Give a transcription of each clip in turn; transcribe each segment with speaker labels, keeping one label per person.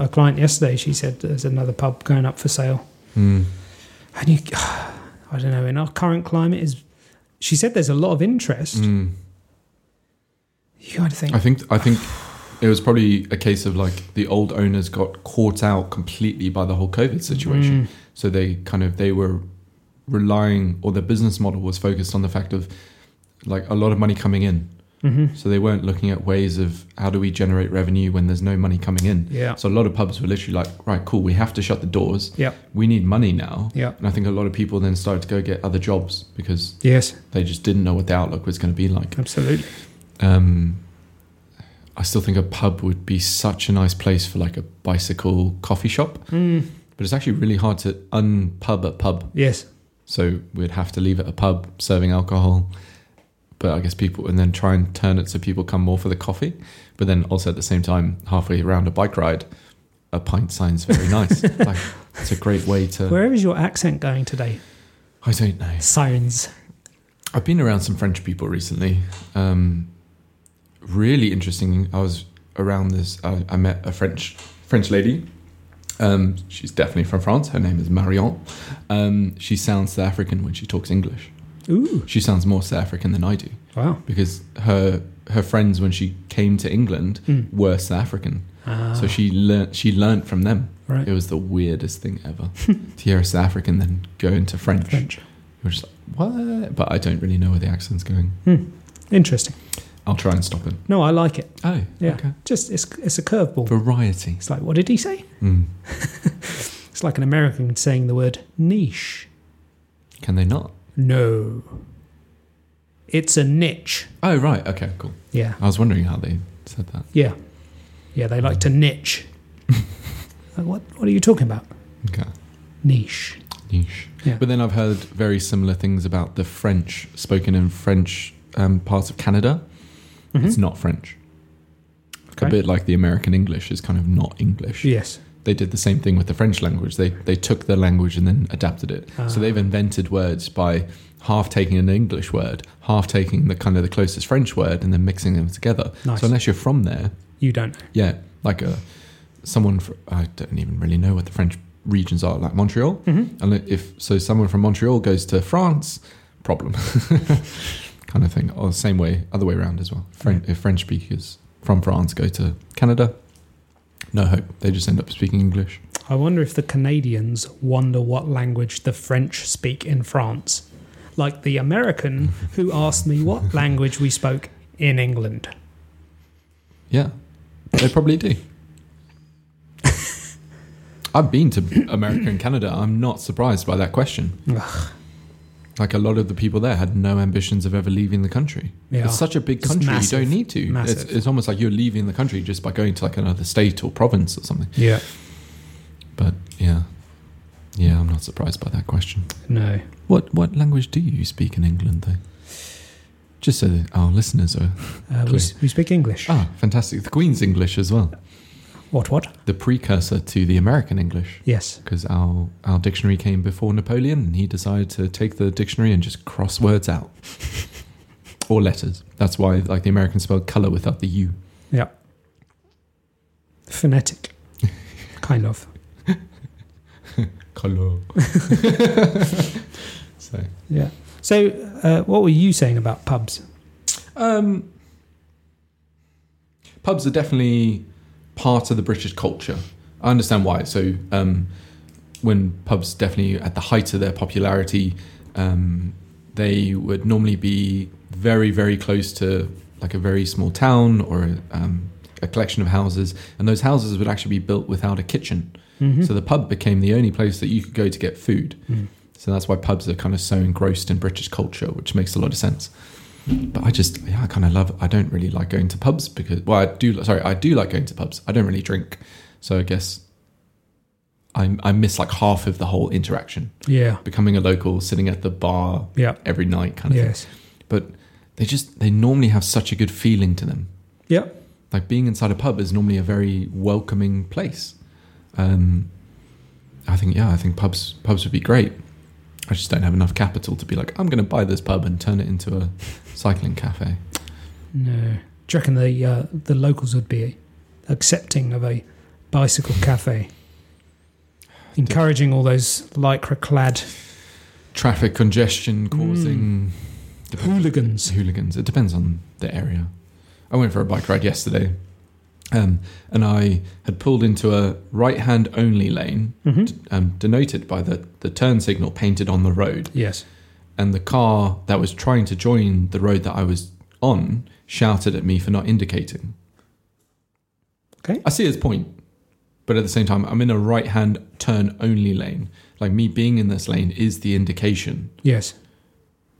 Speaker 1: a client yesterday. She said there's another pub going up for sale,
Speaker 2: Mm.
Speaker 1: and you, I don't know. In our current climate, is she said there's a lot of interest.
Speaker 2: Mm.
Speaker 1: You got to think.
Speaker 2: I think I think it was probably a case of like the old owners got caught out completely by the whole COVID situation.
Speaker 1: Mm.
Speaker 2: So they kind of they were relying or their business model was focused on the fact of like a lot of money coming in.
Speaker 1: Mhm.
Speaker 2: So they weren't looking at ways of how do we generate revenue when there's no money coming in.
Speaker 1: Yeah.
Speaker 2: So a lot of pubs were literally like, right, cool, we have to shut the doors.
Speaker 1: Yeah.
Speaker 2: We need money now.
Speaker 1: Yeah.
Speaker 2: And I think a lot of people then started to go get other jobs because
Speaker 1: Yes.
Speaker 2: they just didn't know what the outlook was going to be like.
Speaker 1: Absolutely.
Speaker 2: Um, I still think a pub would be such a nice place for like a bicycle coffee shop,
Speaker 1: Mm.
Speaker 2: but it's actually really hard to unpub a pub.
Speaker 1: Yes.
Speaker 2: So we'd have to leave it a pub serving alcohol. But I guess people, and then try and turn it so people come more for the coffee. But then also at the same time, halfway around a bike ride, a pint sign's very nice. like, it's a great way to.
Speaker 1: Where is your accent going today?
Speaker 2: I don't know.
Speaker 1: Sirens.
Speaker 2: I've been around some French people recently. Um, really interesting. I was around this. I, I met a French French lady. Um, she's definitely from France. Her name is Marion. Um, she sounds South African when she talks English.
Speaker 1: Ooh.
Speaker 2: She sounds more South African than I do
Speaker 1: Wow.
Speaker 2: because her her friends when she came to England
Speaker 1: Mm.
Speaker 2: were South African.
Speaker 1: Ah,
Speaker 2: So she learnt she learnt from them.
Speaker 1: right.
Speaker 2: It was the weirdest thing ever to hear a South African then go into French.
Speaker 1: French.
Speaker 2: You're just like, what? But I don't really know where the accent's going.
Speaker 1: Interesting.
Speaker 2: I'll try and stop him.
Speaker 1: No, I like it.
Speaker 2: Oh,
Speaker 1: Yeah.
Speaker 2: okay.
Speaker 1: Just it's it's a curveball.
Speaker 2: Variety.
Speaker 1: It's like what did he say?
Speaker 2: Mm.
Speaker 1: It's like an American saying the word niche.
Speaker 2: Can they not?
Speaker 1: No. It's a niche.
Speaker 2: Oh, right. Okay, cool.
Speaker 1: Yeah.
Speaker 2: I was wondering how they said that.
Speaker 1: Yeah. Yeah, they like to niche. Like, what what are you talking about?
Speaker 2: Okay.
Speaker 1: Niche.
Speaker 2: Niche.
Speaker 1: Yeah.
Speaker 2: But then I've heard very similar things about the French spoken in French um, parts of Canada. It's not French.
Speaker 1: Mm-hmm. Okay.
Speaker 2: A bit like the American English is kind of not English.
Speaker 1: Yes.
Speaker 2: They did the same thing with the French language. They they took the language and then adapted it.
Speaker 1: Ah.
Speaker 2: So they've invented words by half taking an English word, half taking the kind of the closest French word, and then mixing them together.
Speaker 1: Nice.
Speaker 2: So unless you're from there,
Speaker 1: You don't know.
Speaker 2: yeah, like a someone fr I don't even really know what the French regions are, like Montreal. And if so, someone from Montreal goes to France, problem, kind of thing. Or same way, other way around as well. French, If French speakers from France go to Canada, no hope. They just end up speaking English.
Speaker 1: I wonder if the Canadians wonder what language the French speak in France. Like the American who asked me what language we spoke in England.
Speaker 2: Yeah, they probably do. I've been to America and Canada. I'm not surprised by that question. Like a lot of the people there had no ambitions of ever leaving the country.
Speaker 1: Yeah.
Speaker 2: It's such a big
Speaker 1: It's
Speaker 2: country,
Speaker 1: massive.
Speaker 2: you don't need to. It's,
Speaker 1: Massive.
Speaker 2: it's almost like you're leaving the country just by going to like another state or province or something.
Speaker 1: Yeah.
Speaker 2: But yeah, yeah, I'm not surprised by that question.
Speaker 1: No.
Speaker 2: What what language do you speak in England though? Just so that our listeners are
Speaker 1: Uh, we, s- we speak English.
Speaker 2: ah fantastic. The Queen's English as well,
Speaker 1: What, what?
Speaker 2: the precursor to the American English.
Speaker 1: Yes.
Speaker 2: because our our dictionary came before Napoleon, and he decided to take the dictionary and just cross words out or letters. That's why, like the Americans spelled color without the U.
Speaker 1: Yeah. Phonetic. kind of.
Speaker 2: Color. so,
Speaker 1: Yeah. So, uh, what were you saying about pubs?
Speaker 2: um, pubs are definitely part of the British culture. I understand why. So, um, when pubs definitely at the height of their popularity, um, they would normally be very, very close to like a very small town or um, a collection of houses, and those houses would actually be built without a kitchen.
Speaker 1: Mm-hmm.
Speaker 2: So the pub became the only place that you could go to get food.
Speaker 1: Mm.
Speaker 2: So that's why pubs are kind of so engrossed in British culture, which makes a lot of sense. But I just, yeah, I kind of love. I don't really like going to pubs because, well, I do. Sorry, I do like going to pubs. I don't really drink, so I guess I, I miss like half of the whole interaction.
Speaker 1: Yeah.
Speaker 2: Becoming a local, sitting at the bar
Speaker 1: Yeah.
Speaker 2: every night, kind of
Speaker 1: Yes.
Speaker 2: thing. But they just they normally have such a good feeling to them.
Speaker 1: Yeah.
Speaker 2: Like being inside a pub is normally a very welcoming place. Um, I think yeah, I think pubs pubs would be great. I just don't have enough capital to be like I'm going to buy this pub and turn it into a cycling cafe.
Speaker 1: No. Do you reckon the uh, the locals would be accepting of a Bicycle Cafe. Encouraging all those lycra clad
Speaker 2: Traffic congestion causing
Speaker 1: hooligans.
Speaker 2: hooligans. It depends on the area. I went for a bike ride yesterday, um, and I had pulled into a right-hand only lane,
Speaker 1: hmm
Speaker 2: d- um, denoted by the the turn signal painted on the road.
Speaker 1: Yes.
Speaker 2: And the car that was trying to join the road that I was on shouted at me for not indicating.
Speaker 1: Okay.
Speaker 2: I see his point, but at the same time, I'm in a right-hand turn only lane. Like me being in this lane is the indication.
Speaker 1: Yes.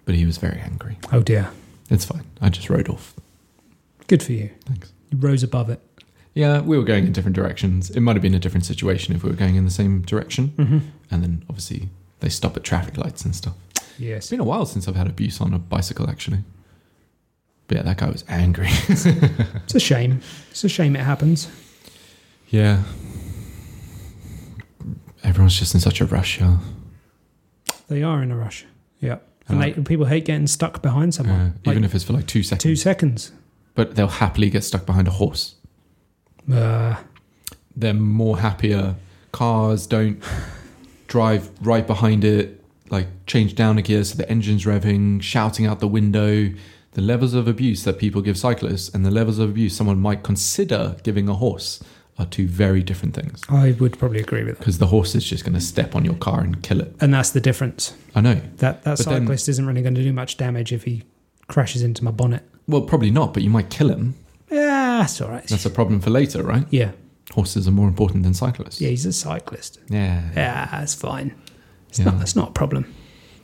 Speaker 2: But he was very angry.
Speaker 1: Oh dear.
Speaker 2: It's fine. I just rode off.
Speaker 1: Good for you.
Speaker 2: Thanks.
Speaker 1: You rose above it.
Speaker 2: Yeah, we were going in different directions. It might have been a different situation if we were going in the same direction.
Speaker 1: Mm-hmm.
Speaker 2: And then obviously they stop at traffic lights and stuff. It's
Speaker 1: Yes.
Speaker 2: been a while since I've had abuse on a bicycle, actually. But yeah, that guy was angry.
Speaker 1: It's a shame. It's a shame it happens.
Speaker 2: yeah. Everyone's just in such a rush, yeah.
Speaker 1: They are in a rush. Yeah. And
Speaker 2: Uh,
Speaker 1: they, people hate getting stuck behind someone.
Speaker 2: Uh,
Speaker 1: like
Speaker 2: even if it's for like two seconds.
Speaker 1: two seconds.
Speaker 2: but they'll happily get stuck behind a horse.
Speaker 1: Uh,
Speaker 2: They're more happier. Cars don't drive right behind it, like change down a gear so the engine's revving, shouting out the window. The levels of abuse that people give cyclists and the levels of abuse someone might consider giving a horse are two very different things.
Speaker 1: I would probably agree with that.
Speaker 2: Because the horse is just going to step on your car and kill it.
Speaker 1: And that's the difference.
Speaker 2: I know.
Speaker 1: That that
Speaker 2: But then-
Speaker 1: cyclist isn't really going to do much damage if he crashes into my bonnet.
Speaker 2: Well, probably not, but you might kill him.
Speaker 1: Yeah, that's all right.
Speaker 2: That's a problem for later, right?
Speaker 1: yeah.
Speaker 2: Horses are more important than cyclists.
Speaker 1: Yeah, he's a cyclist.
Speaker 2: Yeah.
Speaker 1: Yeah, that's fine. It's
Speaker 2: Yeah.
Speaker 1: not that's not a problem.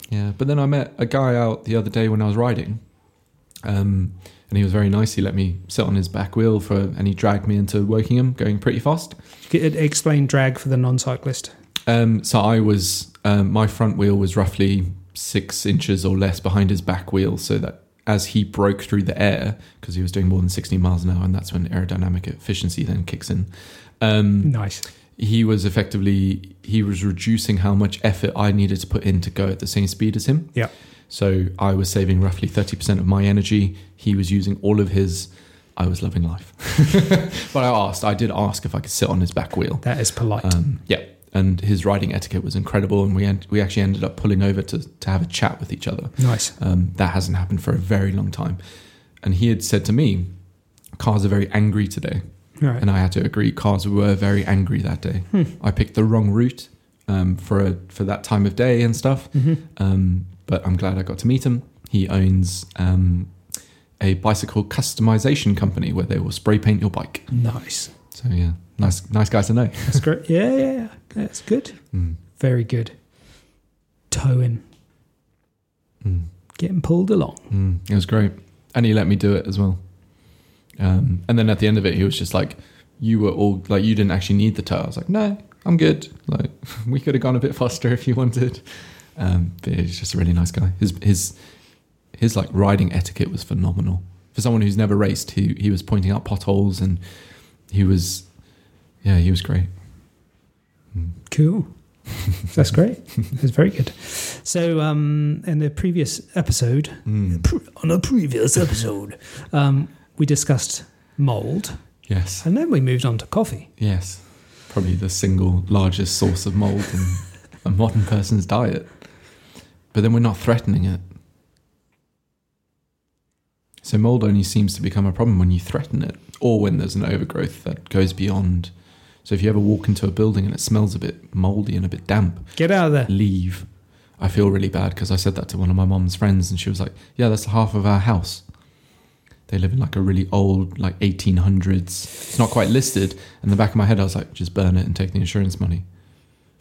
Speaker 2: Yeah, but then I met a guy out the other day when I was riding, um, and he was very nice. He let me sit on his back wheel for, and he dragged me into Wokingham, going pretty fast.
Speaker 1: G- Explain drag for the non-cyclist.
Speaker 2: Um, so I was, um, my front wheel was roughly six inches or less behind his back wheel, so that as he broke through the air, because he was doing more than 16 miles an hour, and that's when aerodynamic efficiency then kicks in. Um,
Speaker 1: Nice.
Speaker 2: he was effectively he was reducing how much effort I needed to put in to go at the same speed as him.
Speaker 1: Yeah.
Speaker 2: So I was saving roughly thirty percent of my energy. He was using all of his. I was loving life, but I asked. I did ask if I could sit on his back wheel.
Speaker 1: That is polite.
Speaker 2: Um, yeah, and his riding etiquette was incredible, and we en- we actually ended up pulling over to to have a chat with each other.
Speaker 1: nice.
Speaker 2: Um, that hasn't happened for a very long time, and he had said to me, "Cars are very angry today."
Speaker 1: All right.
Speaker 2: and I had to agree. Cars were very angry that day.
Speaker 1: Hmm.
Speaker 2: I picked the wrong route um, for a, for that time of day and stuff.
Speaker 1: Mhm.
Speaker 2: Um, but I'm glad I got to meet him. He owns um, a bicycle customization company where they will spray paint your bike.
Speaker 1: Nice.
Speaker 2: So yeah, nice nice guy to know.
Speaker 1: That's great. Yeah, yeah, yeah. That's good.
Speaker 2: Mm,
Speaker 1: Very good. Towing,
Speaker 2: mm,
Speaker 1: getting pulled along.
Speaker 2: mm. It was great, and he let me do it as well. Um, and then at the end of it, he was just like, "You were all like, you didn't actually need the tow." I was like, "No, I'm good. Like, we could have gone a bit faster if you wanted." Um, but he's just a really nice guy. His his his like riding etiquette was phenomenal for someone who's never raced. He he was pointing out potholes and he was, yeah, he was great.
Speaker 1: Cool. That's great. That's very good. So, um, in the previous episode, pre- on a previous episode, um, we discussed mold,
Speaker 2: Yes,
Speaker 1: and then we moved on to coffee.
Speaker 2: yes, probably the single largest source of mold in a modern person's diet. But then we're not threatening it. So mold only seems to become a problem when you threaten it, or when there's an overgrowth that goes beyond. So if you ever walk into a building and it smells a bit moldy and a bit damp,
Speaker 1: Get out of there.
Speaker 2: leave. I feel really bad because I said that to one of my mom's friends, and she was like, "Yeah, that's half of our house. They live in like a really old, like 1800s. It's not quite listed." In the back of my head, I was like, "Just burn it and take the insurance money."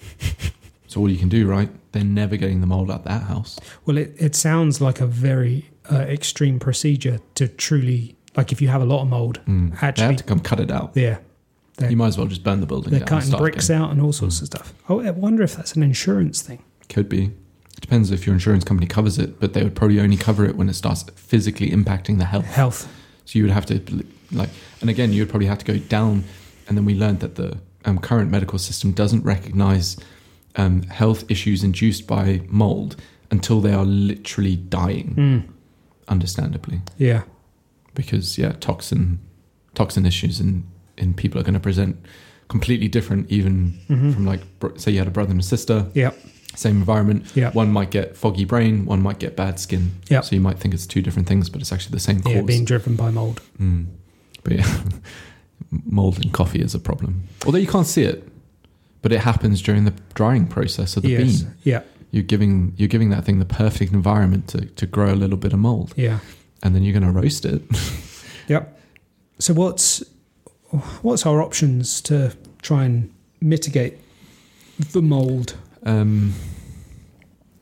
Speaker 2: so all you can do, right? They're never getting the mold out that house.
Speaker 1: Well, it, it sounds like a very uh, extreme procedure to truly, like, if you have a lot of mold,
Speaker 2: Mm. they
Speaker 1: Actually-
Speaker 2: have to come cut it out.
Speaker 1: yeah, They're-
Speaker 2: You might as well just burn the building.
Speaker 1: they're
Speaker 2: down and
Speaker 1: cutting
Speaker 2: start
Speaker 1: bricks
Speaker 2: again.
Speaker 1: out and all sorts of stuff. Oh, I wonder if that's an insurance thing.
Speaker 2: Could be. It depends if your insurance company covers it, but they would probably only cover it when it starts physically impacting the health.
Speaker 1: Health.
Speaker 2: So you would have to like, and again, you would probably have to go down. And then we learned that the um, current medical system doesn't recognize um, health issues induced by mold until they are literally dying,
Speaker 1: Mm.
Speaker 2: understandably,
Speaker 1: Yeah.
Speaker 2: because yeah, toxin toxin issues in in people are going to present completely different, even
Speaker 1: Mhm.
Speaker 2: from like br- say you had a brother and a sister,
Speaker 1: Yep.
Speaker 2: same environment.
Speaker 1: Yeah.
Speaker 2: One might get foggy brain, one might get bad skin.
Speaker 1: Yeah.
Speaker 2: So you might think it's two different things, but it's actually the same cause.
Speaker 1: Yeah, being driven by mold.
Speaker 2: Mm. But yeah, mold in coffee is a problem. Although you can't see it, but it happens during the drying process of the
Speaker 1: yes.
Speaker 2: bean.
Speaker 1: Yeah.
Speaker 2: You're giving you're giving that thing the perfect environment to, to grow a little bit of mold,
Speaker 1: Yeah.
Speaker 2: and then you're going to roast it.
Speaker 1: Yep. So what's what's our options to try and mitigate the mold?
Speaker 2: Um,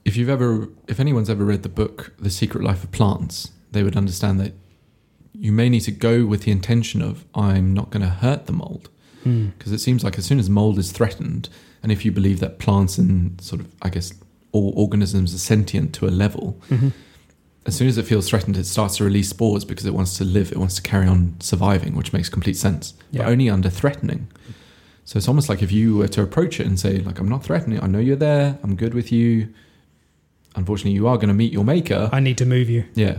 Speaker 2: if you've ever, if anyone's ever read the book *The Secret Life of Plants*, they would understand that you may need to go with the intention of "I'm not going to hurt the mold,"
Speaker 1: Mm.
Speaker 2: because it seems like as soon as mold is threatened, and if you believe that plants and sort of, I guess, all organisms are sentient to a level,
Speaker 1: Mhm.
Speaker 2: as soon as it feels threatened, it starts to release spores because it wants to live, it wants to carry on surviving, which makes complete sense,
Speaker 1: Yeah.
Speaker 2: but only under threatening. So it's almost like if you were to approach it and say, like, I'm not threatening, I know you're there, I'm good with you. Unfortunately, you are going to meet your maker.
Speaker 1: I need to move you.
Speaker 2: yeah.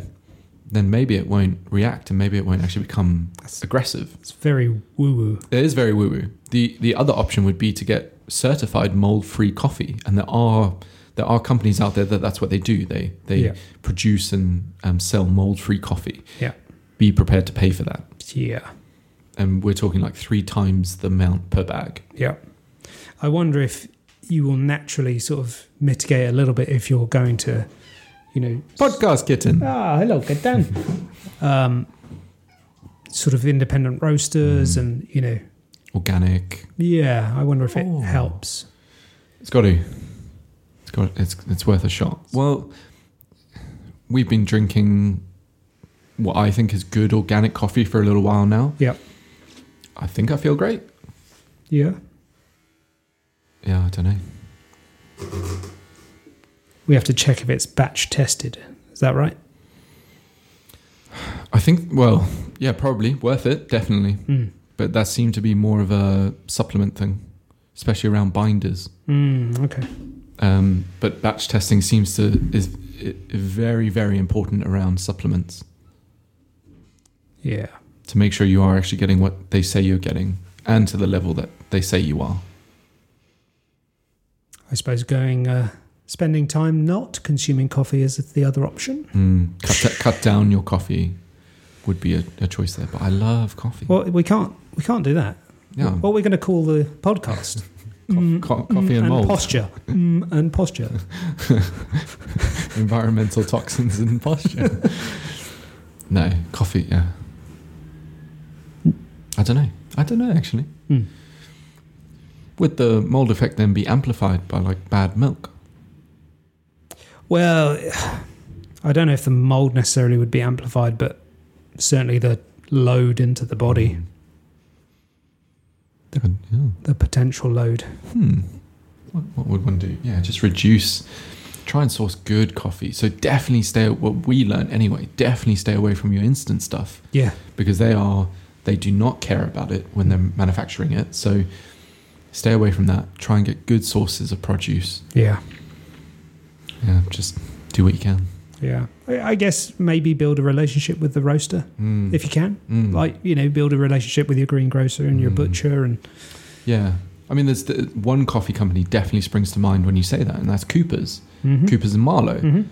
Speaker 2: Then maybe it won't react and maybe it won't actually become
Speaker 1: That's-
Speaker 2: aggressive.
Speaker 1: It's very woo woo.
Speaker 2: It is very woo woo. The the other option would be to get certified mold free coffee, and there are there are companies out there that that's what they do. They they
Speaker 1: Yeah.
Speaker 2: produce and um, sell mold free coffee.
Speaker 1: Yeah.
Speaker 2: Be prepared to pay for that,
Speaker 1: Yeah.
Speaker 2: and we're talking like three times the amount per bag.
Speaker 1: Yeah. I wonder if you will naturally sort of mitigate a little bit if you're going to, you know,
Speaker 2: Podcast kitten.
Speaker 1: ah, hello, get down. um, sort of independent roasters and, you know,
Speaker 2: Organic.
Speaker 1: yeah, I wonder if it
Speaker 2: Oh.
Speaker 1: helps.
Speaker 2: It's got to. It's got. It's it's worth a shot. Well, we've been drinking what I think is good organic coffee for a little while now.
Speaker 1: Yeah.
Speaker 2: I think I feel great.
Speaker 1: Yeah.
Speaker 2: Yeah, I don't know.
Speaker 1: We have to check if it's batch tested. Is that right?
Speaker 2: I think, well, yeah, probably worth it, definitely.
Speaker 1: Mm.
Speaker 2: But that seemed to be more of a supplement thing, especially around binders.
Speaker 1: Mm, okay.
Speaker 2: Um, but batch testing seems to is i very, very important around supplements
Speaker 1: Yeah.
Speaker 2: to make sure you are actually getting what they say you're getting and to the level that they say you are.
Speaker 1: I suppose going, uh, spending time not consuming coffee is the other option.
Speaker 2: Mm, cut, da- cut down your coffee would be a, a choice there. But I love coffee.
Speaker 1: Well, we can't, we can't do that.
Speaker 2: yeah,
Speaker 1: What are we going to call the podcast? Mm,
Speaker 2: cof- co- coffee and mold,
Speaker 1: posture. Mm, and posture.
Speaker 2: environmental toxins and posture. no, coffee, yeah. I don't know. I don't know, actually.
Speaker 1: Hmm.
Speaker 2: Would the mold effect then be amplified by like bad milk?
Speaker 1: Well, I don't know if the mold necessarily would be amplified, but certainly the load into the
Speaker 2: Mm.
Speaker 1: body,
Speaker 2: Good, Hmm. yeah.
Speaker 1: the potential load.
Speaker 2: Hmm. What, what would one do? Yeah, just reduce. Try and source good coffee. So definitely stay. What we learned anyway. Definitely stay away from your instant stuff.
Speaker 1: Yeah.
Speaker 2: because they are they do not care about it when they're manufacturing it. So stay away from that. Try and get good sources of produce.
Speaker 1: Yeah.
Speaker 2: Yeah, just do what you can.
Speaker 1: Yeah. I I guess maybe build a relationship with the roaster
Speaker 2: Mm.
Speaker 1: if you can.
Speaker 2: Mm.
Speaker 1: Like, you know, build a relationship with your greengrocer and your
Speaker 2: Mm.
Speaker 1: butcher and
Speaker 2: yeah, I mean, there's the, one coffee company definitely springs to mind when you say that, and that's Cooper's,
Speaker 1: Mhm.
Speaker 2: Cooper's and Marlow,
Speaker 1: Mhm.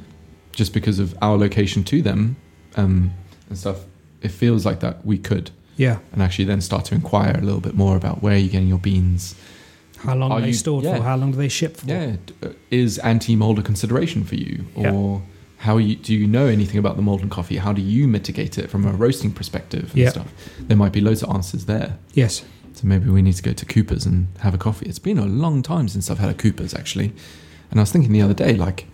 Speaker 2: just because of our location to them um, and stuff. It feels like that we could,
Speaker 1: Yeah.
Speaker 2: and actually then start to inquire a little bit more about where you're getting your beans.
Speaker 1: How long
Speaker 2: Are
Speaker 1: are they
Speaker 2: you-
Speaker 1: stored
Speaker 2: yeah.
Speaker 1: for? How long do they ship for?
Speaker 2: Yeah, d- uh, is anti-mold a consideration for you,
Speaker 1: Yeah.
Speaker 2: or how you, do you know anything about the mold in coffee? How do you mitigate it from a roasting perspective and
Speaker 1: Mm. Yeah.
Speaker 2: stuff? There might be loads of answers there.
Speaker 1: Yes.
Speaker 2: So maybe we need to go to Cooper's and have a coffee. It's been a long time since I've had a Cooper's actually, and I was thinking the other day like,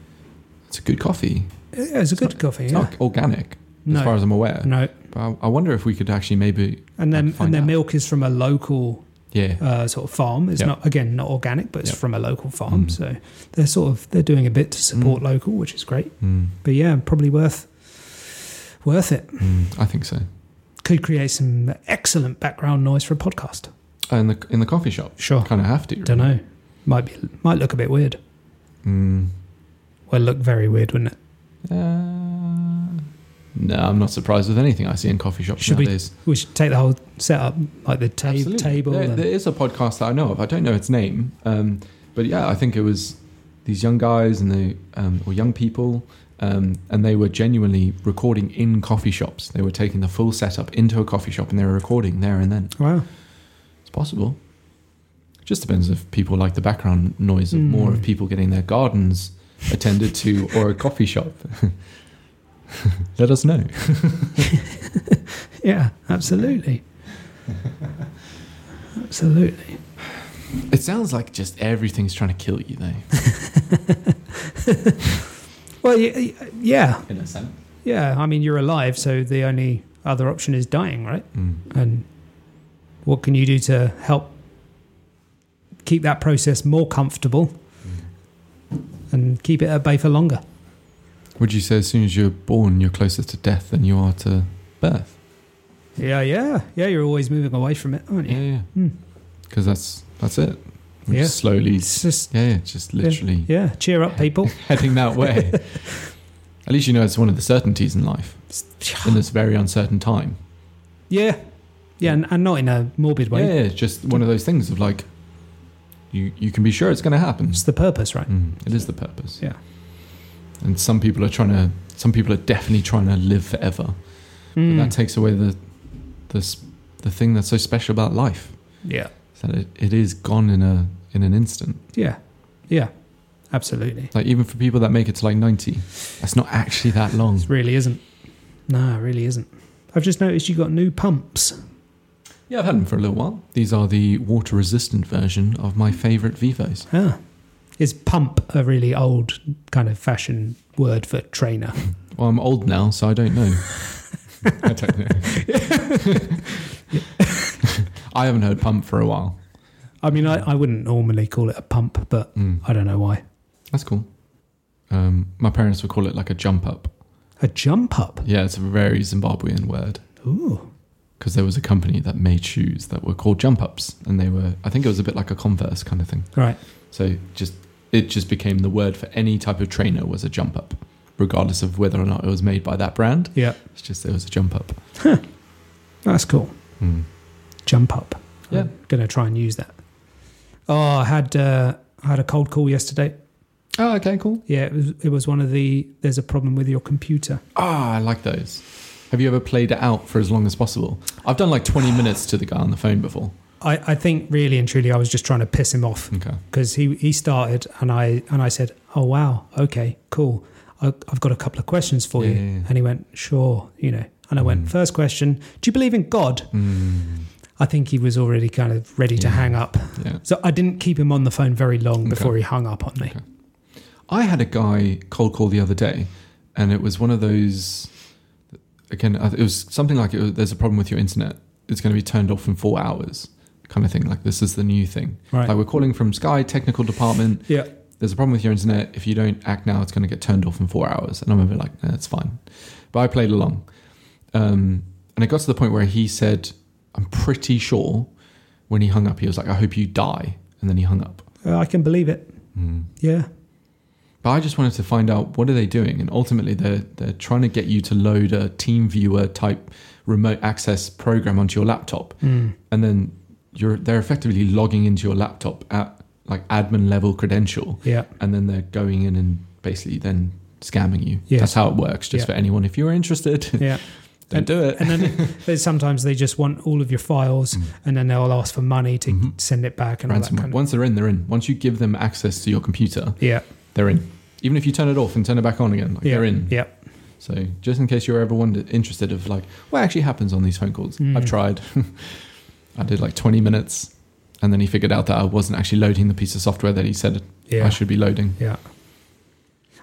Speaker 2: it's a good coffee.
Speaker 1: Yeah, it's a good coffee.
Speaker 2: It's
Speaker 1: yeah.
Speaker 2: not organic
Speaker 1: No.
Speaker 2: as far as I'm aware.
Speaker 1: no.
Speaker 2: But I, I wonder if we could actually maybe
Speaker 1: And then
Speaker 2: find
Speaker 1: and their
Speaker 2: out.
Speaker 1: milk is from a local
Speaker 2: yeah.
Speaker 1: uh, sort of farm. It's
Speaker 2: Yeah.
Speaker 1: not again not organic, but it's
Speaker 2: Yeah.
Speaker 1: from a local farm.
Speaker 2: Mm.
Speaker 1: So they're sort of they're doing a bit to support
Speaker 2: Mm.
Speaker 1: local, which is great.
Speaker 2: Mm,
Speaker 1: But yeah, probably worth worth it.
Speaker 2: mm, I think so.
Speaker 1: Could create some excellent background noise for a podcast.
Speaker 2: Oh, in the in the coffee shop,
Speaker 1: Sure.
Speaker 2: kind of have to.
Speaker 1: Don't know. Might be might look a bit weird.
Speaker 2: Mm.
Speaker 1: Well, look very weird, wouldn't it?
Speaker 2: Uh, No, I'm not surprised with anything I see in coffee shops
Speaker 1: Should we-
Speaker 2: nowadays.
Speaker 1: We should take the whole setup, like the ta-
Speaker 2: Absolutely.
Speaker 1: table.
Speaker 2: There-
Speaker 1: and-
Speaker 2: there is a podcast that I know of. I don't know its name, um, but yeah, I think it was these young guys and they um, or young people, um, and they were genuinely recording in coffee shops. They were taking the full setup into a coffee shop and they were recording there and then.
Speaker 1: wow.
Speaker 2: It's possible. Just depends if people like the background noise of
Speaker 1: Mm.
Speaker 2: more of people getting their gardens attended to or a coffee shop. Let us know.
Speaker 1: Yeah, absolutely. absolutely.
Speaker 2: It sounds like just everything's trying to kill you, though.
Speaker 1: Well, y- y- yeah,
Speaker 2: In a sense.
Speaker 1: yeah. I mean, you're alive, so the only other option is dying, right?
Speaker 2: Mm.
Speaker 1: And what can you do to help keep that process more comfortable and keep it at bay for longer?
Speaker 2: Would you say as soon as you're born, you're closer to death than you are to birth?
Speaker 1: Yeah, yeah, yeah. You're always moving away from it, aren't you?
Speaker 2: Yeah,
Speaker 1: Hmm.
Speaker 2: yeah. Because that's that's it. We're
Speaker 1: Yeah.
Speaker 2: just slowly.
Speaker 1: It's just
Speaker 2: Yeah, yeah, just literally
Speaker 1: yeah. Cheer up, people.
Speaker 2: heading that way. At least you know it's one of the certainties in life in this very uncertain time.
Speaker 1: Yeah, yeah, and, and not in a morbid
Speaker 2: Yeah,
Speaker 1: way.
Speaker 2: yeah, it's just one of those things of like, you you can be sure it's going to happen.
Speaker 1: It's the purpose, right?
Speaker 2: Mm, it is the purpose.
Speaker 1: Yeah.
Speaker 2: And some people are trying to. Some people are definitely trying to live forever. But
Speaker 1: Mm.
Speaker 2: that takes away the, the, s- the thing that's so special about life.
Speaker 1: Yeah.
Speaker 2: So that it, it is gone in a in an instant.
Speaker 1: Yeah, yeah, absolutely.
Speaker 2: Like even for people that make it to like ninety, that's not actually that long.
Speaker 1: It really isn't. No, it really isn't. I've just noticed you got new pumps.
Speaker 2: Yeah, I've had them for a little while. These are the water resistant version of my favorite Vivos.
Speaker 1: Ah. Is pump a really old kind of fashion word for trainer?
Speaker 2: Well, I'm old now, so I don't know. I don't know. I haven't heard pump for a while.
Speaker 1: I mean, I, I wouldn't normally call it a pump, but
Speaker 2: Mm,
Speaker 1: I don't know why.
Speaker 2: that's cool. Um, my parents would call it like a jump up.
Speaker 1: A jump up.
Speaker 2: Yeah, it's a very Zimbabwean word.
Speaker 1: Ooh.
Speaker 2: Because there was a company that made shoes that were called jump ups, and they were, I think it was a bit like a Converse kind of thing.
Speaker 1: Right.
Speaker 2: So just it just became the word for any type of trainer was a jump up, regardless of whether or not it was made by that brand.
Speaker 1: Yeah.
Speaker 2: It's just it was a jump up.
Speaker 1: That's cool. Jump up.
Speaker 2: Yeah.
Speaker 1: I'm gonna try and use that. Oh, I had uh, I had a cold call yesterday.
Speaker 2: Oh, okay, cool.
Speaker 1: Yeah, it was, it was one of the. There's a problem with your computer.
Speaker 2: Ah, I like those. Have you ever played it out for as long as possible? I've done like 20 minutes to the guy on the phone before.
Speaker 1: I, I think really and truly, I was just trying to piss him off.
Speaker 2: Okay.
Speaker 1: because he he started and I and I said, "Oh wow, okay, cool. I, I've got a couple of questions for you."
Speaker 2: Yeah, yeah, Mm. yeah.
Speaker 1: And he went, "Sure," you know. And I went, first question: Do you believe in God?"
Speaker 2: Mm,
Speaker 1: I think he was already kind of ready to
Speaker 2: Yeah.
Speaker 1: hang up,
Speaker 2: yeah.
Speaker 1: so I didn't keep him on the phone very long before he hung up on me.
Speaker 2: Okay. I had a guy cold call the other day, and it was one of those. Again, I- it was something like it was, there's a problem with your internet. It's going to be turned off in four hours, kind of thing. Like this is the new thing.
Speaker 1: Right?
Speaker 2: Like we're calling from Sky technical department.
Speaker 1: yeah.
Speaker 2: There's a problem with your internet. If you don't act now, it's going to get turned off in four hours. And I'm a bit like, nah, that's fine. But I played along, um, and it got to the point where he said, "I'm pretty sure." When he hung up, he was like, "I hope you die," and then he hung up.
Speaker 1: Uh, I can believe it. Yeah.
Speaker 2: But I just wanted to find out what are they doing, and ultimately they're they're trying to get you to load a TeamViewer type remote access program onto your laptop,
Speaker 1: Mm.
Speaker 2: and then you're they're effectively logging into your laptop at like admin level credential,
Speaker 1: Yeah.
Speaker 2: and then they're going in and basically then scamming you.
Speaker 1: Yeah.
Speaker 2: That's how it works. Just
Speaker 1: Yeah.
Speaker 2: for anyone, if you're interested,
Speaker 1: Yeah.
Speaker 2: don't do it.
Speaker 1: and then they- sometimes they just want all of your files, and then they'll ask for money to
Speaker 2: Mhm.
Speaker 1: send it back and all
Speaker 2: Mm. Ransom.
Speaker 1: that kind of.
Speaker 2: Once they're in, they're in. Once you give them access to your computer,
Speaker 1: Yeah.
Speaker 2: they're in. Even if you turn it off and turn it back on again, like
Speaker 1: Yeah.
Speaker 2: they're in.
Speaker 1: Yeah.
Speaker 2: So just in case you're ever wonder, interested of like what actually happens on these phone calls,
Speaker 1: Mm.
Speaker 2: I've tried. I did like 20 minutes, and then he figured out that I wasn't actually loading the piece of software that he said
Speaker 1: Yeah.
Speaker 2: I should be loading.
Speaker 1: Yeah.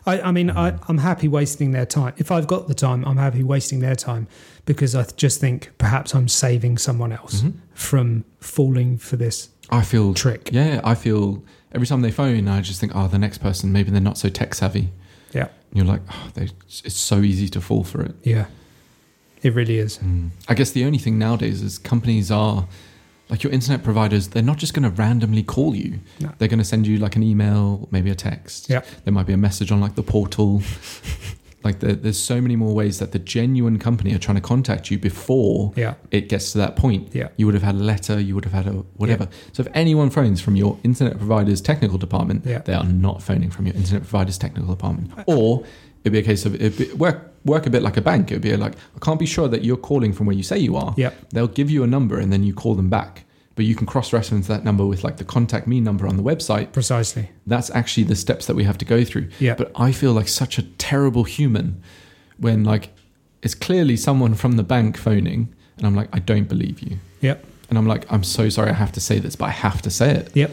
Speaker 1: I, I mean, I, I'm happy wasting their time. If I've got the time, I'm happy wasting their time because I th- just think perhaps I'm saving someone else
Speaker 2: Mhm.
Speaker 1: from falling for this
Speaker 2: I feel
Speaker 1: trick.
Speaker 2: yeah, I feel every time they phone, I just think, oh, the next person maybe they're not so tech savvy.
Speaker 1: Yeah.
Speaker 2: And you're like, oh, they, it's so easy to fall for it.
Speaker 1: Yeah. It really is.
Speaker 2: Mm. I guess the only thing nowadays is companies are like your internet providers, they're not just going to randomly call you.
Speaker 1: No.
Speaker 2: They're going to send you like an email, maybe a text.
Speaker 1: Yeah.
Speaker 2: There might be a message on like the portal. Like there, there's so many more ways that the genuine company are trying to contact you before
Speaker 1: Yeah.
Speaker 2: it gets to that point.
Speaker 1: Yeah.
Speaker 2: You would have had a letter, you would have had a whatever. So if anyone phones from your internet provider's technical department,
Speaker 1: Yeah.
Speaker 2: they are not phoning from your internet provider's technical department. Or it'd be a case of it'd be, work work a bit like a bank. It'd be like I can't be sure that you're calling from where you say you are.
Speaker 1: Yeah.
Speaker 2: They'll give you a number and then you call them back. But you can cross reference that number with like the contact me number on the website.
Speaker 1: Precisely.
Speaker 2: That's actually the steps that we have to go through.
Speaker 1: Yeah.
Speaker 2: But I feel like such a terrible human when like it's clearly someone from the bank phoning and I'm like, I don't believe you.
Speaker 1: Yep.
Speaker 2: And I'm like, I'm so sorry I have to say this, but I have to say it.
Speaker 1: Yep.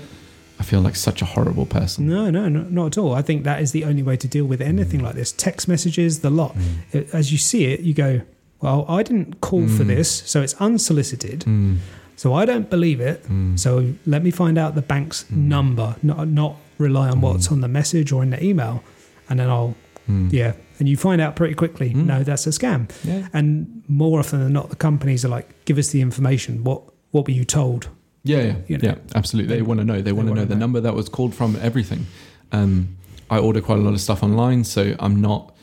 Speaker 2: I feel like such a horrible person.
Speaker 1: No, no, no, not at all. I think that is the only way to deal with anything like this. Text messages, the lot.
Speaker 2: Mm.
Speaker 1: It- As you see it, you go, well, I didn't call for
Speaker 2: Mm.
Speaker 1: this, so it's unsolicited.
Speaker 2: Mm,
Speaker 1: So I don't believe it.
Speaker 2: mm,
Speaker 1: So let me find out the bank's number, not, not rely on what's on the message or in the email. And then I'll,
Speaker 2: mm.
Speaker 1: yeah. And you find out pretty quickly,
Speaker 2: Mm.
Speaker 1: no, that's a scam.
Speaker 2: Yeah.
Speaker 1: And more often than not, the companies are like, give us the information. What, what were you told?
Speaker 2: Yeah, yeah,
Speaker 1: You know.
Speaker 2: yeah, absolutely. They want to know. They want to
Speaker 1: wanna
Speaker 2: know the
Speaker 1: know.
Speaker 2: number that was called from everything. Um, I order quite a lot of stuff online, so I'm not.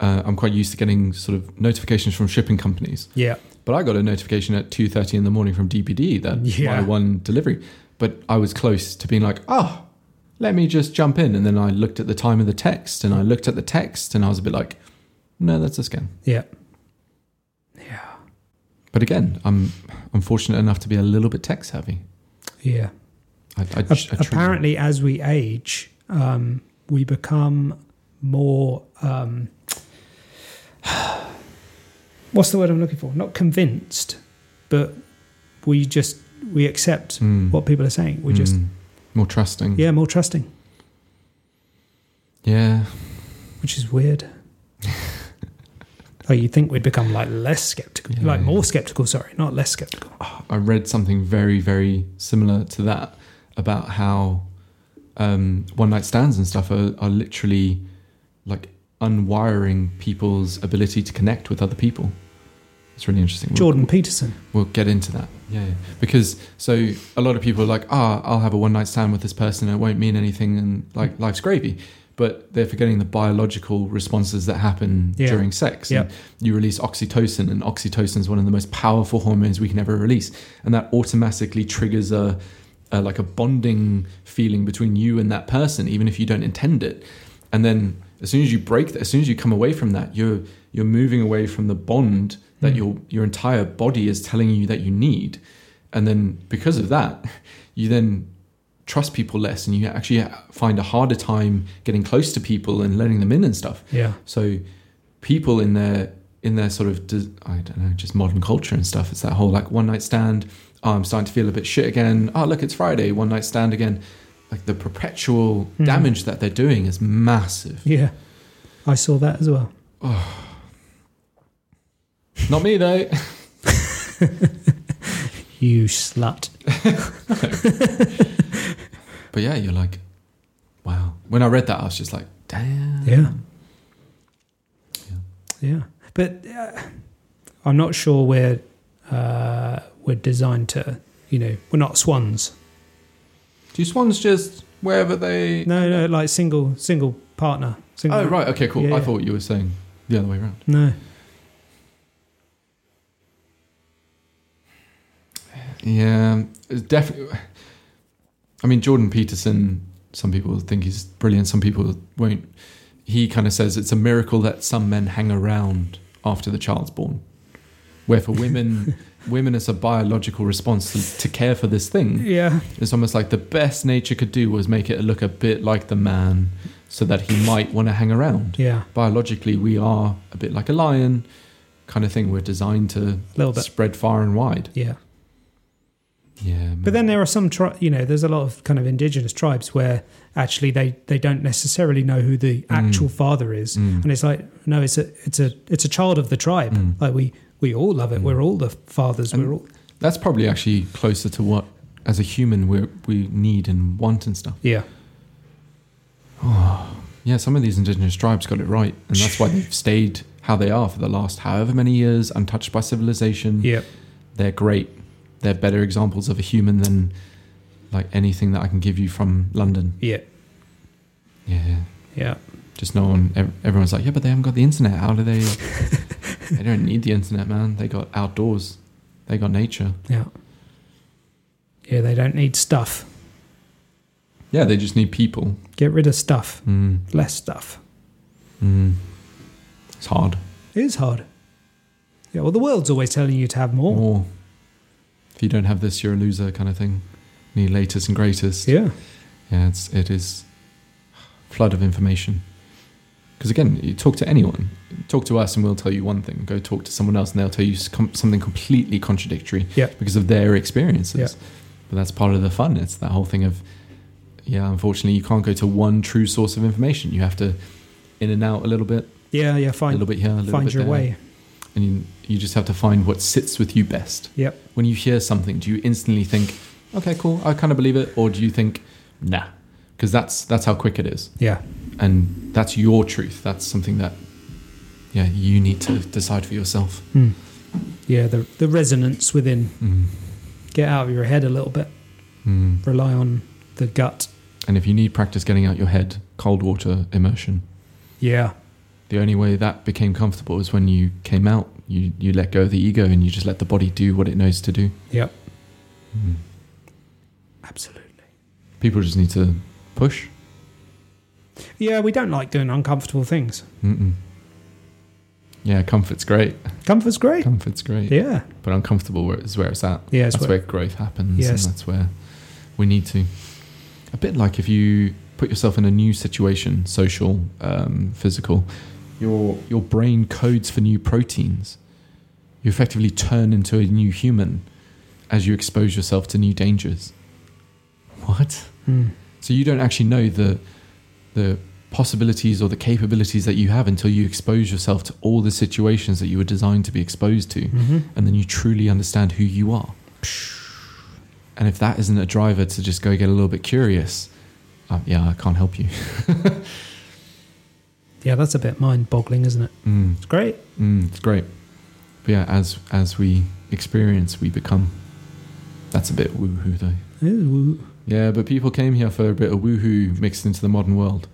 Speaker 2: Uh, I'm quite used to getting sort of notifications from shipping companies.
Speaker 1: Yeah.
Speaker 2: But I got a notification at two thirty in the morning from DPD that
Speaker 1: Yeah.
Speaker 2: my one delivery. But I was close to being like, oh, let me just jump in. And then I looked at the time of the text, and I looked at the text, and I was a bit like, no, that's a scam.
Speaker 1: Yeah.
Speaker 2: But again, I'm I'm fortunate enough to be a little bit tech savvy.
Speaker 1: Yeah.
Speaker 2: I, I,
Speaker 1: Ap-
Speaker 2: I truly-
Speaker 1: apparently, as we age, um, we become more. Um, what's the word I'm looking for? Not convinced, but we just we accept
Speaker 2: Mm.
Speaker 1: what people are saying. We just
Speaker 2: Mm. more trusting.
Speaker 1: yeah, more trusting,
Speaker 2: Yeah.
Speaker 1: which is weird. like you think we'd become like less skeptical,
Speaker 2: Yeah,
Speaker 1: like
Speaker 2: yeah.
Speaker 1: more skeptical. Sorry, not less skeptical.
Speaker 2: I read something very, very similar to that about how um, one night stands and stuff are, are literally like unwiring people's ability to connect with other people. It's really interesting. We'll-
Speaker 1: Jordan Peterson.
Speaker 2: We'll get into that. Yeah, yeah. Because so a lot of people are like, ah, I'll have a one night stand with this person. It won't mean anything, and like life's gravy. But they're forgetting the biological responses that happen
Speaker 1: Yeah.
Speaker 2: during sex.
Speaker 1: Yeah.
Speaker 2: And You release oxytocin, and oxytocin is one of the most powerful hormones we can ever release, and that automatically triggers a, a like a bonding feeling between you and that person, even if you don't intend it. And then as soon as you break, that, as soon as you come away from that, you're you're moving away from the bond that
Speaker 1: Mm.
Speaker 2: your your entire body is telling you that you need, and then because of that, you then trust people less, and you actually find a harder time getting close to people and letting them in and stuff.
Speaker 1: Yeah,
Speaker 2: So people in their in their sort of dis- I don't know, just modern culture and stuff. It's that whole like one night stand. Oh, I'm starting to feel a bit shit again. Oh, look, it's Friday. One night stand again. Like the perpetual
Speaker 1: Mhm.
Speaker 2: damage that they're doing is massive.
Speaker 1: yeah. I saw that as well.
Speaker 2: Not me though.
Speaker 1: You slut.
Speaker 2: But yeah, you're like, wow. When I read that, I was just like, damn.
Speaker 1: Yeah. Yeah, but uh, I'm not sure we're uh, we're designed to. You know, we're not swans.
Speaker 2: Do swans just wherever they?
Speaker 1: No, no, like single single partner. Single
Speaker 2: Oh right. Okay. Cool.
Speaker 1: Yeah,
Speaker 2: I
Speaker 1: yeah.
Speaker 2: thought you were saying the other way around.
Speaker 1: No.
Speaker 2: Yeah, it's definitely. I mean, Jordan Peterson. Some people think he's brilliant. Some people won't. He kind of says it's a miracle that some men hang around after the child's born, where for women, women it's a biological response to, to care for this thing.
Speaker 1: Yeah.
Speaker 2: It's almost like the best nature could do was make it look a bit like the man, so that he might want to hang around.
Speaker 1: Yeah.
Speaker 2: Biologically, we are a bit like a lion, kind of thing. We're designed to
Speaker 1: A little bit.
Speaker 2: spread far and wide.
Speaker 1: Yeah.
Speaker 2: Yeah,
Speaker 1: But then there are some, tri- you know, there's a lot of kind of indigenous tribes where actually they they don't necessarily know who the actual father is,
Speaker 2: Mm.
Speaker 1: and it's like no, it's a it's a it's a child of the tribe.
Speaker 2: Mm.
Speaker 1: Like we we all love it. We're all the fathers.
Speaker 2: And-
Speaker 1: we're all
Speaker 2: That's probably actually closer to what, as a human, we we need and want and stuff.
Speaker 1: yeah
Speaker 2: Yeah, some of these indigenous tribes got it right, and that's why they've stayed how they are for the last however many years, untouched by civilization.
Speaker 1: yeah
Speaker 2: They're great. They're better examples of a human than like anything that I can give you from London.
Speaker 1: yeah
Speaker 2: Yeah,
Speaker 1: yeah.
Speaker 2: just no one. ev- Everyone's like, yeah, but they haven't got the internet. How do they? they don't need the internet, man. They got outdoors. They got nature.
Speaker 1: Yeah. Yeah, they don't need stuff.
Speaker 2: Yeah, they just need people.
Speaker 1: Get rid of stuff.
Speaker 2: Mm,
Speaker 1: Less stuff.
Speaker 2: mm. It's hard.
Speaker 1: It is hard. Yeah, well, the world's always telling you to have more.
Speaker 2: More. If you don't have this, you're a loser, kind of thing. Need latest and greatest.
Speaker 1: Yeah.
Speaker 2: Yeah, it's it is flood of information. Because again, you talk to anyone, talk to us, and we'll tell you one thing. Go talk to someone else, and they'll tell you s- com- something completely contradictory.
Speaker 1: Yeah.
Speaker 2: Because of their experiences.
Speaker 1: Yeah.
Speaker 2: But that's part of the fun. It's that whole thing of, yeah, unfortunately, you can't go to one true source of information. You have to in and out a little bit,
Speaker 1: Yeah, yeah,
Speaker 2: a
Speaker 1: fine.
Speaker 2: little bit here, a little
Speaker 1: Find
Speaker 2: bit
Speaker 1: your
Speaker 2: there.
Speaker 1: way.
Speaker 2: And you, you just have to find what sits with you best.
Speaker 1: Yep.
Speaker 2: When you hear something, do you instantly think, okay, cool, I kind of believe it, or do you think, nah? Because that's that's how quick it is
Speaker 1: Yeah.
Speaker 2: and that's your truth. That's something that yeah you need to decide for yourself.
Speaker 1: Hmm. Yeah, the, the resonance within. Get out of your head a little bit.
Speaker 2: Mm.
Speaker 1: Rely on the gut.
Speaker 2: And if you need practice getting out your head, cold water immersion.
Speaker 1: Yeah.
Speaker 2: The only way that became comfortable was when you came out. You you let go of the ego and you just let the body do what it knows to do.
Speaker 1: Yep.
Speaker 2: Hmm.
Speaker 1: Absolutely.
Speaker 2: People just need to push.
Speaker 1: Yeah, we don't like doing uncomfortable things.
Speaker 2: Mm-mm. Yeah, comfort's great.
Speaker 1: Comfort's great.
Speaker 2: Comfort's great.
Speaker 1: Yeah.
Speaker 2: But uncomfortable where- is where it's at.
Speaker 1: Yeah, it's
Speaker 2: that's
Speaker 1: where-
Speaker 2: where growth happens
Speaker 1: Yes.
Speaker 2: and that's where we need to a bit like if you put yourself in a new situation social um, physical your your brain codes for new proteins you effectively turn into a new human as you expose yourself to new dangers what
Speaker 1: Hmm.
Speaker 2: so you don't actually know the the possibilities or the capabilities that you have until you expose yourself to all the situations that you were designed to be exposed to
Speaker 1: Mm-hmm.
Speaker 2: and then you truly understand who you are. And if that isn't a driver to just go get a little bit curious, uh, yeah, I can't help you.
Speaker 1: Yeah, that's a bit mind boggling, isn't it?
Speaker 2: Mm,
Speaker 1: It's great.
Speaker 2: mm, it's great, but yeah, as as we experience, we become. That's a bit woohoo though.
Speaker 1: Ooh.
Speaker 2: Yeah, but people came here for a bit of woohoo mixed into the modern world,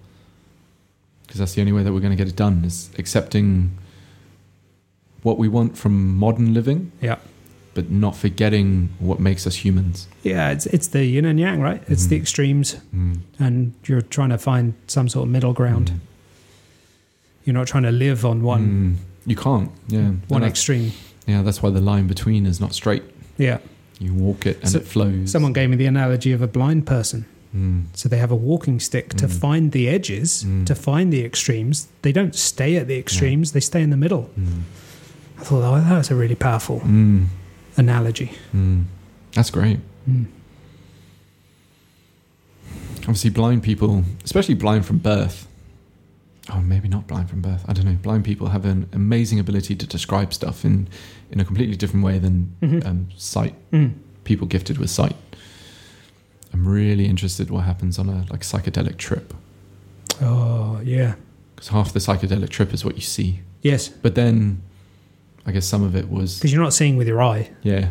Speaker 2: because that's the only way that we're going to get it done is accepting what we want from modern living,
Speaker 1: Yeah.
Speaker 2: but not forgetting what makes us humans.
Speaker 1: Yeah, it's it's the yin and yang, right? It's the
Speaker 2: Mhm.
Speaker 1: extremes,
Speaker 2: Mm.
Speaker 1: and you're trying to find some sort of middle ground.
Speaker 2: Mm.
Speaker 1: You're not trying to live on one Mm.
Speaker 2: Mm, you can't. Yeah.
Speaker 1: one
Speaker 2: That's-
Speaker 1: extreme.
Speaker 2: Yeah, that's why the line between is not straight.
Speaker 1: Yeah.
Speaker 2: You walk it and
Speaker 1: So-
Speaker 2: it flows.
Speaker 1: Someone gave me the analogy of a blind person.
Speaker 2: Mm,
Speaker 1: So they have a walking stick to
Speaker 2: Mm.
Speaker 1: find the edges,
Speaker 2: Mm.
Speaker 1: to find the extremes. They don't stay at the extremes; they stay in the middle.
Speaker 2: mm,
Speaker 1: I thought, oh, that's a really powerful
Speaker 2: mm,
Speaker 1: analogy.
Speaker 2: mm. That's great.
Speaker 1: Mm.
Speaker 2: Obviously, blind people, especially blind from birth, oh, maybe not blind from birth. I don't know. Blind people have an amazing ability to describe stuff in, in a completely different way than
Speaker 1: Mhm.
Speaker 2: um, sight
Speaker 1: Mm.
Speaker 2: people gifted with sight. I'm really interested what happens on a like psychedelic trip
Speaker 1: Oh yeah,
Speaker 2: because half the psychedelic trip is what you see.
Speaker 1: yes,
Speaker 2: But then, I guess some of it was
Speaker 1: because you're not seeing with your eye.
Speaker 2: yeah.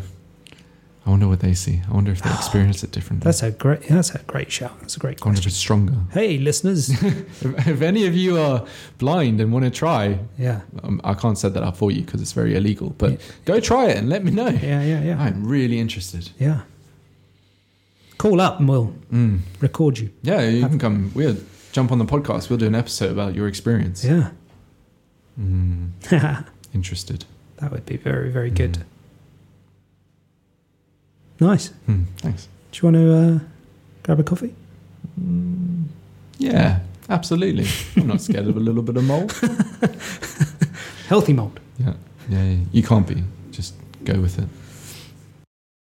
Speaker 2: I wonder what they see. I wonder if they experience it differently.
Speaker 1: That's a great. That's a great shout. That's a great
Speaker 2: I wonder if
Speaker 1: question.
Speaker 2: it's stronger.
Speaker 1: Hey, listeners.
Speaker 2: If, if any of you are blind and want to try,
Speaker 1: yeah,
Speaker 2: um, I can't set that up for you because it's very illegal. But
Speaker 1: Yeah.
Speaker 2: go try it and let me know.
Speaker 1: yeah, yeah, yeah,
Speaker 2: I'm really interested.
Speaker 1: yeah. Call up and we'll
Speaker 2: Mm.
Speaker 1: record you.
Speaker 2: Yeah, you
Speaker 1: Have-
Speaker 2: can come. We'll jump on the podcast. We'll do an episode about your experience.
Speaker 1: Yeah,
Speaker 2: Mm.
Speaker 1: that
Speaker 2: Interested.
Speaker 1: would be very, very good. Nice.
Speaker 2: Mm. Thanks.
Speaker 1: Do you want to uh, grab a coffee?
Speaker 2: Yeah, absolutely. I'm not scared of a little bit of mold.
Speaker 1: Healthy mold.
Speaker 2: Yeah. yeah, yeah. You can't be. Just go with it.